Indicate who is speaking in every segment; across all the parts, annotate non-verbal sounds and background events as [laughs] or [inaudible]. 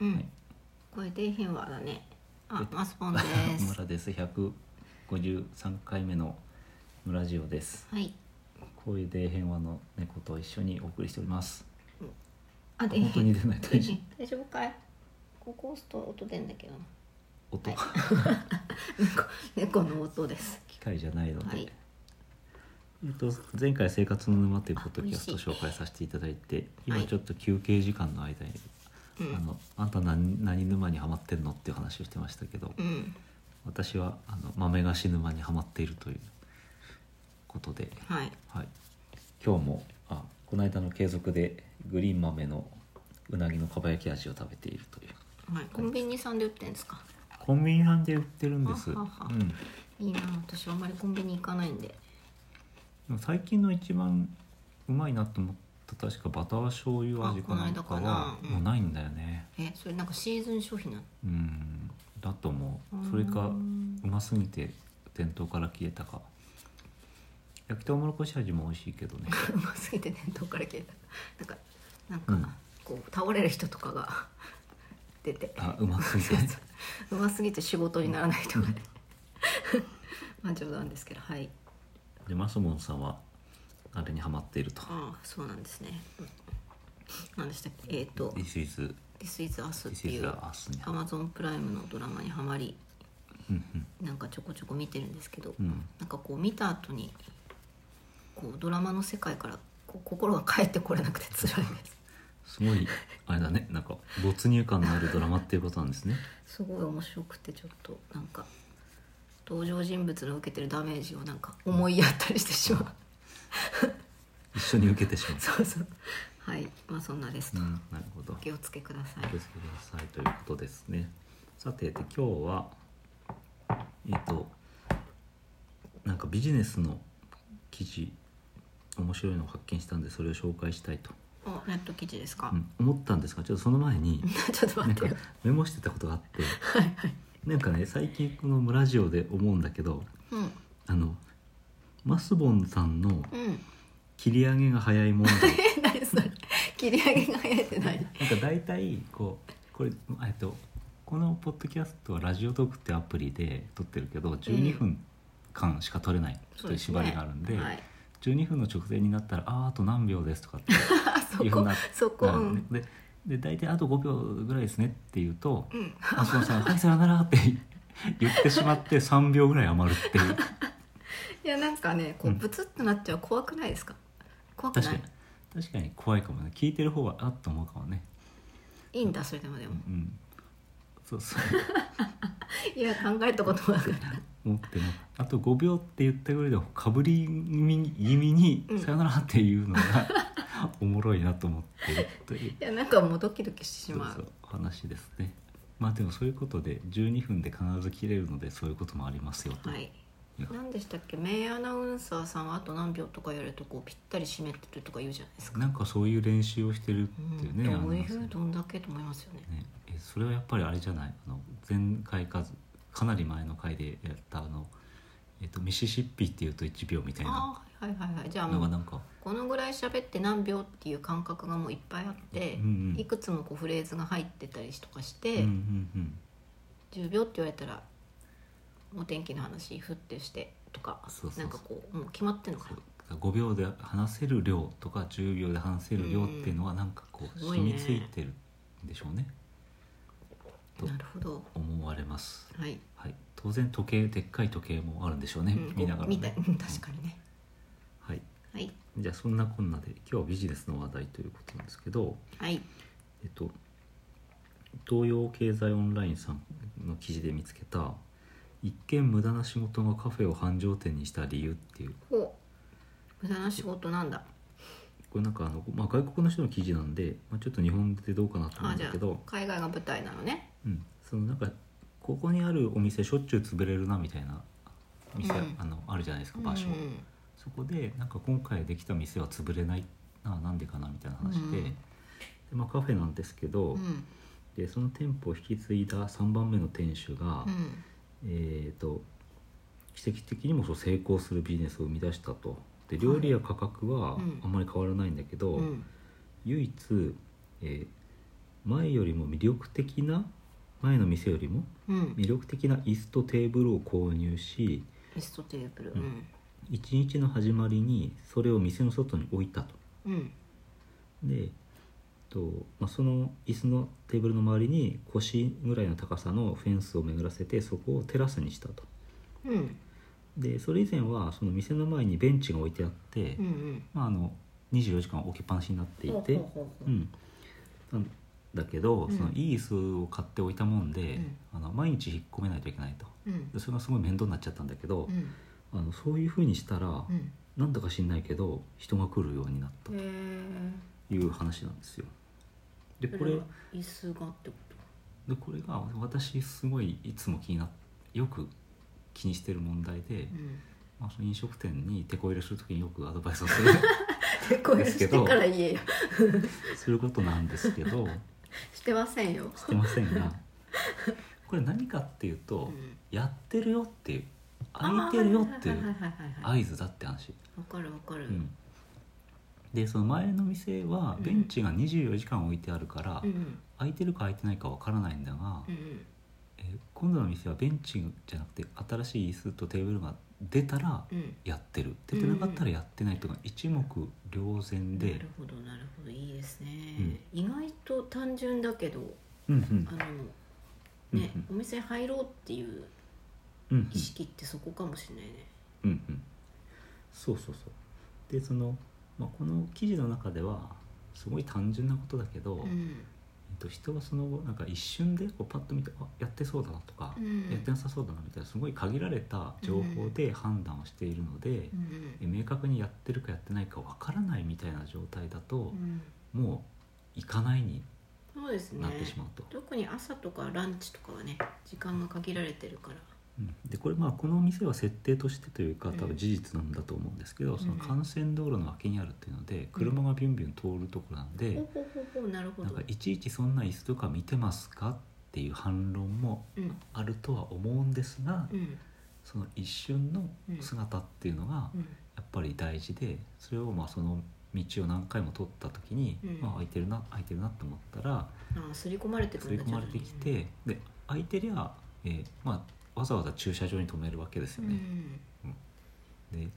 Speaker 1: うんこれで変話だねあマスボンです [laughs]
Speaker 2: [laughs] 村です153回目の村ジオです
Speaker 1: はい
Speaker 2: 声で変話の猫と一緒にお送りしております
Speaker 1: あで
Speaker 2: 本当に出ない大事
Speaker 1: 大丈夫かいここ押すと音出んだけどな
Speaker 2: 音
Speaker 1: は猫猫の音です
Speaker 2: 機械じゃないので、
Speaker 1: はい
Speaker 2: えっと前回「生活の沼」というポッド
Speaker 1: あ
Speaker 2: キ
Speaker 1: 美
Speaker 2: ャ
Speaker 1: 味し
Speaker 2: ス
Speaker 1: い
Speaker 2: トを紹介させていただいて今
Speaker 1: はい
Speaker 2: ちょっと休憩時間の間に、
Speaker 1: う
Speaker 2: あ
Speaker 1: ん
Speaker 2: のあんた何何沼にハマってんのっていう話をしてましたけど、
Speaker 1: うん
Speaker 2: 私はあの豆菓子沼にハマっているということで、
Speaker 1: はい
Speaker 2: はい、今日もあこの間の継続でグリーン豆のうなぎのかば焼き味を食べているという
Speaker 1: はいコンビニさんで売ってんですか
Speaker 2: コンビニさんで売ってるんです、う
Speaker 1: ははは
Speaker 2: ん、で
Speaker 1: いいな私はあんまりコンビニ行かないんで
Speaker 2: も最近の一番うまいなと思った確かバター醤油味かなんか
Speaker 1: あこの間か
Speaker 2: は
Speaker 1: なうん
Speaker 2: もうないんだよね
Speaker 1: えそれなんかシーズン商品なの
Speaker 2: うんだと思うそれ
Speaker 1: う
Speaker 2: か
Speaker 1: ん
Speaker 2: うますぎて店頭から消えたか焼きとうもろこし味も美味しいけど
Speaker 1: [laughs]
Speaker 2: ね
Speaker 1: うますぎてねどっから消えたなんかなんか、
Speaker 2: うん
Speaker 1: こう倒れる人とかが出て
Speaker 2: あうますぎて
Speaker 1: うますぎて仕事にならない人がねまあ冗談ですけどはい
Speaker 2: でマスモンさんはあれにハマっていると
Speaker 1: ああそうなんですねうん何でしたっけえっ、と
Speaker 2: This is
Speaker 1: 「This is Us」って
Speaker 2: This is
Speaker 1: いう
Speaker 2: us ね
Speaker 1: アマゾンプライムのドラマにはまり
Speaker 2: うん
Speaker 1: なんかちょこちょこ見てるんですけど、
Speaker 2: うんうん
Speaker 1: なんかこう見た後にこうドラマの世界からこう心が帰ってこれなくて辛いです
Speaker 2: すごいあれだねなんか没入感のあるドラマっていうことなんですね
Speaker 1: すごい面白くてちょっとなんか登場人物の受けてるダメージをなんか思いやったりしてしまう
Speaker 2: [laughs] 一緒に受けてしま
Speaker 1: そうそうはいまあそんなです
Speaker 2: う、
Speaker 1: と、
Speaker 2: うん、なるほど
Speaker 1: お気をつけくださ
Speaker 2: お気を
Speaker 1: い
Speaker 2: つけくださいということですねさてで今日はえっ、となんかビジネスの記事面白いのを発見したんでそれを紹介したいと、
Speaker 1: おネット記事ですか、
Speaker 2: うん思ったんですがちょっとその前に
Speaker 1: ちょっと
Speaker 2: な
Speaker 1: [laughs] 待
Speaker 2: ん
Speaker 1: って
Speaker 2: か
Speaker 1: よ
Speaker 2: メモしてたことがあってなんかね最近この「村ジオ」で思うんだけど
Speaker 1: うん
Speaker 2: あのマスボンさんの
Speaker 1: うん [laughs]
Speaker 2: 切り上げが早い問題
Speaker 1: え何それ切り上げが入ってない
Speaker 2: なんか大体こうこれえっとこのポッドキャストはラジオトークってアプリで撮ってるけど12分間しか撮れないという縛りがあるんで,、
Speaker 1: そうすねはい、
Speaker 2: 12分の直前になったら「あーあと何秒です」とかって
Speaker 1: あそ
Speaker 2: いうふう
Speaker 1: こ
Speaker 2: な
Speaker 1: そこう
Speaker 2: なる
Speaker 1: ん、
Speaker 2: でで大体あと5秒ぐらいですねって言うと
Speaker 1: うん、
Speaker 2: 「あそうさんはいさよなら」って [laughs] 言ってしまって3秒ぐらい余るっていう。
Speaker 1: いやなんかねこう
Speaker 2: うん
Speaker 1: ブツッとなっちゃう怖くないですか怖く
Speaker 2: 確
Speaker 1: な
Speaker 2: かに
Speaker 1: い
Speaker 2: 確かに怖いかもね聞いてる方はあっと思うかもね
Speaker 1: いいんだそれでもで
Speaker 2: う
Speaker 1: も
Speaker 2: んそうそう
Speaker 1: いや考えたこともなく
Speaker 2: 思ってもあと5秒って言ったぐらいでかぶり気味気味に
Speaker 1: うん
Speaker 2: 「さよなら」っていうのが [laughs] おもろいなと思ってるという
Speaker 1: いやなんかもうドキドキしてし
Speaker 2: そう
Speaker 1: まう
Speaker 2: そう話ですねまあでもそういうことで12分で必ず切れるのでそういうこともありますよと、
Speaker 1: はい
Speaker 2: いや
Speaker 1: 何でしたっけ名アナウンサーさんはあと何秒とかやるとこうぴったり締めてるとか言うじゃないですか、
Speaker 2: なんかそういう練習をしてるっ
Speaker 1: うん、
Speaker 2: ていうね,あの、
Speaker 1: どういう
Speaker 2: ね
Speaker 1: どんだけと思いますよね
Speaker 2: えそれはやっぱりあれじゃないあの前回かかなり前の回でやったあの、えっとミシシッピっていうと1秒みたいな
Speaker 1: ああはいはいはいはいじゃあも
Speaker 2: のが
Speaker 1: う
Speaker 2: なんか
Speaker 1: このぐらい喋って何秒っていう感覚がもういっぱいあって、
Speaker 2: うんうん
Speaker 1: いくつもこうフレーズが入ってたりとかし
Speaker 2: う
Speaker 1: て、
Speaker 2: んうんうん
Speaker 1: 10秒って言われたらお天気の話ふってしてとか
Speaker 2: そうそうそう
Speaker 1: なんかこうもう決まってんのかな
Speaker 2: 5秒で話せる量とか10秒で話せる量っていうのはなんかこう
Speaker 1: すご
Speaker 2: 染
Speaker 1: いね
Speaker 2: みついてるんでしょうねそう
Speaker 1: なるほど
Speaker 2: 思われます、
Speaker 1: はい、
Speaker 2: はい、当然時計でっかい時計もあるんでしょうね、
Speaker 1: うん
Speaker 2: 見ながら、
Speaker 1: 見たい
Speaker 2: ね
Speaker 1: う、ん確かにね
Speaker 2: はい、
Speaker 1: はい
Speaker 2: じゃあそんなこんなで今日はビジネスの話題ということなんですけど
Speaker 1: はい
Speaker 2: えっと、東洋経済オンラインさんの記事で見つけた「一見無駄な仕事がカフェを繁盛店にした理由」っていう
Speaker 1: お無駄な仕事なんだ
Speaker 2: これなんかあの、まあ、外国の人の記事なんで、まあ、ちょっと日本でどうかなと思う
Speaker 1: あ
Speaker 2: ん
Speaker 1: じゃ
Speaker 2: だ
Speaker 1: あ
Speaker 2: けど
Speaker 1: 海外が舞台なのね
Speaker 2: うん、そのなんかここにあるお店しょっちゅう潰れるなみたいな店、
Speaker 1: うん
Speaker 2: あのあるじゃないですか場所、
Speaker 1: うん
Speaker 2: そこでなんか今回できた店は潰れないななんでかなみたいな話で,、
Speaker 1: うん
Speaker 2: でまあ、カフェなんですけど、
Speaker 1: うん
Speaker 2: でその店舗を引き継いだ3番目の店主が、
Speaker 1: うん
Speaker 2: えー、と奇跡的にもそう成功するビジネスを生み出したとで料理や価格は
Speaker 1: うん
Speaker 2: あんまり変わらないんだけど、
Speaker 1: うん
Speaker 2: 唯一、えー前よりも魅力的な前の店よりも
Speaker 1: うん
Speaker 2: 魅力的な椅子とテーブルを購入し
Speaker 1: ミストテーブルう
Speaker 2: うん
Speaker 1: ん
Speaker 2: 一日の始まりにそれを店の外に置いたと
Speaker 1: うん
Speaker 2: で、えっとまあ、その椅子のテーブルの周りに腰ぐらいの高さのフェンスを巡らせてそこをテラスにしたと
Speaker 1: うんうん
Speaker 2: でそれ以前はその店の前にベンチが置いてあって、
Speaker 1: うん
Speaker 2: まあ、あの24時間置きっぱなしになってい
Speaker 1: ほう
Speaker 2: て、
Speaker 1: ほうほうほう
Speaker 2: うん、なんだけど、
Speaker 1: うん
Speaker 2: そのいい椅子を買っておいたもんで、あの毎日引っ込めないといけないと
Speaker 1: うん
Speaker 2: でそれがすごい面倒になっちゃったんだけど
Speaker 1: う、ん
Speaker 2: あのそういうふうにしたら、
Speaker 1: うん
Speaker 2: なんだか知んないけど人が来るようになった
Speaker 1: へえ
Speaker 2: という話なんですよ。で
Speaker 1: そ
Speaker 2: これ
Speaker 1: は椅子がってこ
Speaker 2: でこれが私すごいいつも気になよく気にしてる問題で、
Speaker 1: とうん
Speaker 2: まあ、その飲食店に手こ入れする時によくアドバイス
Speaker 1: [laughs]
Speaker 2: をする
Speaker 1: こういうしてから言えよ
Speaker 2: することなんですけど
Speaker 1: してませんよ
Speaker 2: してませ
Speaker 1: [laughs]
Speaker 2: んがこれ何かっていうと、
Speaker 1: うん
Speaker 2: やってるよっていう空いてるよってい
Speaker 1: あーはいうはいはいはいはい
Speaker 2: 合図だって話。
Speaker 1: わかるわかる
Speaker 2: うんでその前の店は
Speaker 1: うん
Speaker 2: ベンチが24時間置いてあるから、
Speaker 1: うん
Speaker 2: 空いてるか空いてないかわからないんだが、
Speaker 1: うんうん
Speaker 2: えー今度の店はベンチじゃなくて新しい椅子とテーブルが出たら
Speaker 1: うん
Speaker 2: やってる出てなかったらやってないとか一目瞭然
Speaker 1: な
Speaker 2: で
Speaker 1: る、ほどなるほどいいですね意外と単純だけど
Speaker 2: うんうん
Speaker 1: あの
Speaker 2: うん
Speaker 1: ねお店入ろうっていう
Speaker 2: うんうん
Speaker 1: 意識ってそこかもしれないね
Speaker 2: うんうん、そうそうそうでその、まあ、この記事の中ではすごい単純なことだけど、
Speaker 1: う
Speaker 2: えっ
Speaker 1: ん
Speaker 2: と、人はその後なんか一瞬でこうパッと見てあやってそうだなとか、
Speaker 1: うん
Speaker 2: やってなさそうだなみたいなすごい限られた情報で判断をしているので
Speaker 1: う、ん
Speaker 2: 明確にやってるかやってないかわからないみたいな状態だと
Speaker 1: う、ん
Speaker 2: もう行かないに
Speaker 1: そうですね
Speaker 2: なってしまうと。
Speaker 1: 特に朝とかランチとかはね時間が限られてるから
Speaker 2: うんでこれまあこの店は設定としてというか
Speaker 1: うん
Speaker 2: 多分事実なんだと思うんですけど、
Speaker 1: ん
Speaker 2: その幹線道路の脇にあるっていうので車がビュンビュン通るところなん
Speaker 1: ほう
Speaker 2: で、
Speaker 1: ほうほうほうなるほ
Speaker 2: なん
Speaker 1: ど
Speaker 2: かいちいちそんな椅子とか見てますかっていう反論も
Speaker 1: うん
Speaker 2: あるとは思うんですが、
Speaker 1: うん
Speaker 2: その一瞬の姿っていうのが
Speaker 1: うん
Speaker 2: やっぱり大事でそれをまあその道を何回も通った時に、
Speaker 1: うん
Speaker 2: まあ空いてるな空いてるなと思ったら
Speaker 1: ああ刷り込まれてく
Speaker 2: 吸
Speaker 1: る
Speaker 2: い
Speaker 1: んだ
Speaker 2: 込まれてきてで空いてりゃ、えーまあ、わざわざ駐車場に止めるわけです
Speaker 1: う
Speaker 2: よね。
Speaker 1: ん
Speaker 2: で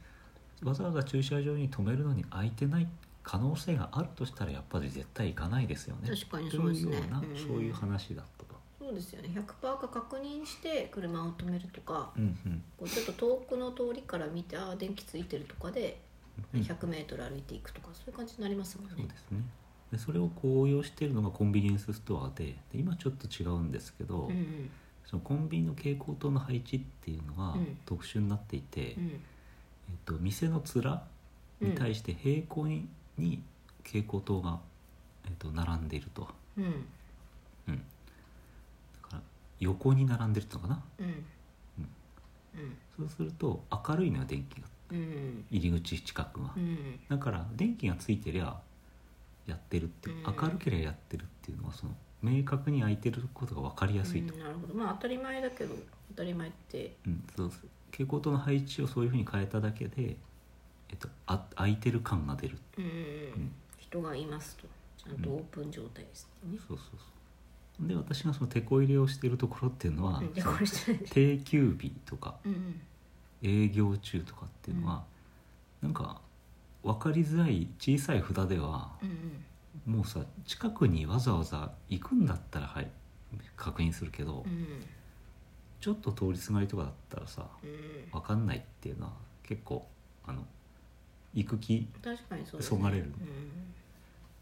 Speaker 2: わざわざ駐車場に止めるのに空いてない可能性があるとしたらやっぱり絶対行かないですよね。
Speaker 1: 確かにそうですね
Speaker 2: というような、
Speaker 1: うん
Speaker 2: そういう話だったと。
Speaker 1: そうですよね100%か確認して車を止めるとか
Speaker 2: うんうん
Speaker 1: こうちょっと遠くの通りから見てああ電気ついてるとかで
Speaker 2: うん、
Speaker 1: 100メートル歩いていくとかそういう感じになりますもん
Speaker 2: そう
Speaker 1: ね
Speaker 2: ですねでそれを応用しているのがコンビニエンスストアでで今ちょっと違うんですけど、
Speaker 1: うんうん
Speaker 2: そのコンビニの蛍光灯の配置っていうのが
Speaker 1: うん
Speaker 2: 特殊になっていて、
Speaker 1: うん
Speaker 2: えっと、店の面に対して平行に,、蛍光灯が、えっと、並んでいると、
Speaker 1: うん
Speaker 2: うん、だから横に並んでるっていうのかな
Speaker 1: うん
Speaker 2: うん
Speaker 1: うん
Speaker 2: そうすると明るいのよ電気が
Speaker 1: うん
Speaker 2: 入り口近くが、
Speaker 1: うん
Speaker 2: だから電気がついてりゃやってるっていう
Speaker 1: うん
Speaker 2: 明るければやってるっていうのはその明確に空いてることが分かりやすいと、
Speaker 1: うんなるほどまあ当たり前だけど当たり前って
Speaker 2: うんそうそう蛍光灯の配置をそういうふうに変えただけで、えっと、あ空いてる感が出る
Speaker 1: うんうんう
Speaker 2: うんん
Speaker 1: 人がいますとちゃんとオープン状態ですね、
Speaker 2: そうそうそうで私がそのテこ入れをしているところっていうのは、
Speaker 1: うん、で
Speaker 2: その
Speaker 1: これしてないでしょ
Speaker 2: 定休日とか
Speaker 1: うんうん
Speaker 2: 営業中とかっていうのは、なんか分かりづらい小さい札では
Speaker 1: うんうん
Speaker 2: もうさ近くにわざわざ行くんだったらはい確認するけど、
Speaker 1: うん
Speaker 2: ちょっと通りすがりとかだったらさ
Speaker 1: うん
Speaker 2: 分かんないっていうのは結構あの行く気
Speaker 1: 確かにそう
Speaker 2: そがれる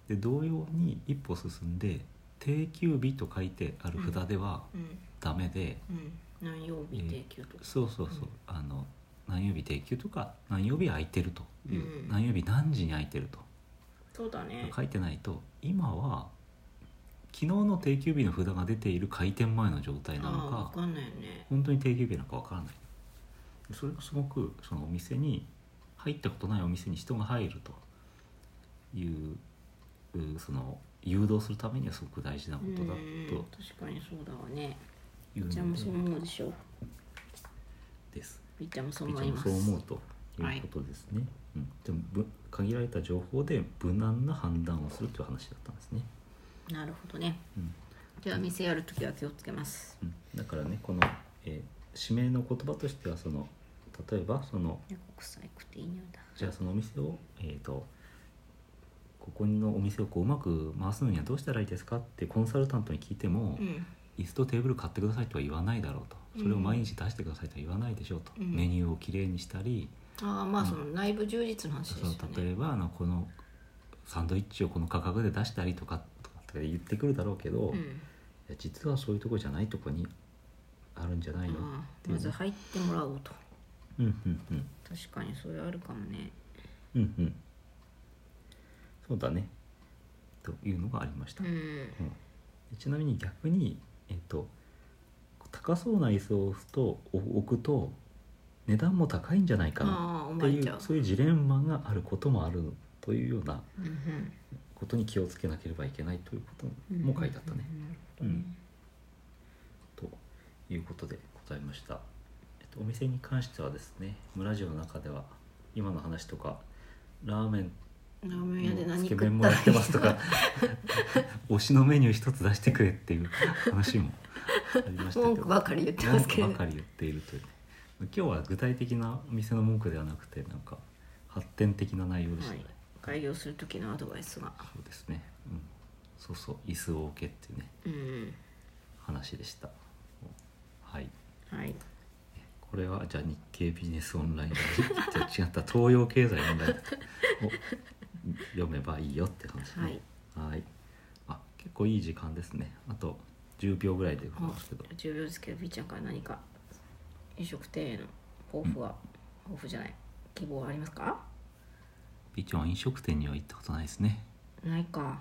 Speaker 1: うん
Speaker 2: で同様に一歩進んで定休日と書いてある札では
Speaker 1: うん
Speaker 2: ダメで。
Speaker 1: うん何曜日定休とか、
Speaker 2: そうそうそう、
Speaker 1: うん
Speaker 2: あの何曜日定休とか何曜日空いてるという、
Speaker 1: うん
Speaker 2: 何曜日何時に空いてると
Speaker 1: そうだね
Speaker 2: 書いてないと今は昨日の定休日の札が出ている開店前の状態なの
Speaker 1: ああ
Speaker 2: か
Speaker 1: 分かんないよね
Speaker 2: 本当に定休日なのかわからないそれがすごくそのお店に入ったことないお店に人が入るといううその誘導するためにはすごく大事なこ
Speaker 1: うん
Speaker 2: とだ
Speaker 1: うん確かにそうだわね
Speaker 2: という
Speaker 1: みーちゃんもそう
Speaker 2: の
Speaker 1: 思うでしょ
Speaker 2: です。
Speaker 1: みーちゃんもそう
Speaker 2: 一
Speaker 1: 思い
Speaker 2: 応
Speaker 1: ます
Speaker 2: そう思うということですね、うん、でもぶ限られた情報で無難な判断をするという話だったんですね
Speaker 1: なるほどね
Speaker 2: うん
Speaker 1: じゃあ店やるときは気をつけます
Speaker 2: うんだからねこの、えー指名の言葉としてはその例えばその
Speaker 1: ね国際くていい匂いだ
Speaker 2: じゃあそのお店をえっ、とここのお店をこううまく回すのにはどうしたらいいですかってコンサルタントに聞いても、
Speaker 1: うん
Speaker 2: 椅子とテーブル買ってくださいとは言わないだろうとそれを毎日出してくださいとは言わないでしょうと、
Speaker 1: うん
Speaker 2: メニューをきれいにしたり、
Speaker 1: ああまあその内部充実の話です
Speaker 2: そ
Speaker 1: よ
Speaker 2: の例
Speaker 1: ね
Speaker 2: えばあのこのサンドイッチをこの価格で出したりとかとかって言ってくるだろうけど、
Speaker 1: う
Speaker 2: い
Speaker 1: ん
Speaker 2: や実はそういうとこじゃないとこにあるんじゃないの
Speaker 1: あ
Speaker 2: っ
Speaker 1: あ
Speaker 2: ていう
Speaker 1: ま
Speaker 2: ね
Speaker 1: ず入ってもらおうと
Speaker 2: うんうんうん
Speaker 1: 確かにそれあるかもね
Speaker 2: うんうんそうだねというのがありました、
Speaker 1: う
Speaker 2: うん
Speaker 1: ん
Speaker 2: でちなみに逆にえっと高そうな椅子を置くとお置くと値段も高いんじゃないかな
Speaker 1: ああ
Speaker 2: っ
Speaker 1: 思
Speaker 2: て
Speaker 1: え
Speaker 2: い
Speaker 1: ちゃ
Speaker 2: う
Speaker 1: う
Speaker 2: そういうジレンマがあることもあるというような
Speaker 1: うんうん
Speaker 2: ことに気をつけなければいけないということも書いてあったね。
Speaker 1: うん
Speaker 2: うんということでございました、えっと、お店に関してはですね村ジオの中では今の話とかラーメン
Speaker 1: ラーメン屋で
Speaker 2: の
Speaker 1: 何
Speaker 2: つけ
Speaker 1: 食
Speaker 2: 麺
Speaker 1: っ
Speaker 2: も
Speaker 1: た
Speaker 2: や
Speaker 1: らい
Speaker 2: っ
Speaker 1: い
Speaker 2: てます
Speaker 1: [laughs]
Speaker 2: とか推しのメニュー一つ出してくれっていう話もありましたけど
Speaker 1: 文句ばかり言ってますけど
Speaker 2: 文句ばかり言っているというね今日は具体的なお店の文句ではなくてなんか発展的な内容でしたね、
Speaker 1: はい開業する時のアドバイスが
Speaker 2: そうですね、うん、そうそう椅子を置けっていうね
Speaker 1: うん
Speaker 2: 話でしたはい
Speaker 1: はい
Speaker 2: これはじゃあ日経ビジネスオンラインじゃあ違った東洋経済オンラインを読めばいいよって話ねはいあ結構いい時間ですねあと10秒ぐらいでございますけど
Speaker 1: 10秒ですけど B ちゃんから何か飲食店への抱負は、抱負じゃない希望はありますか
Speaker 2: ビチョンは飲食店には行ったことないですね
Speaker 1: ないか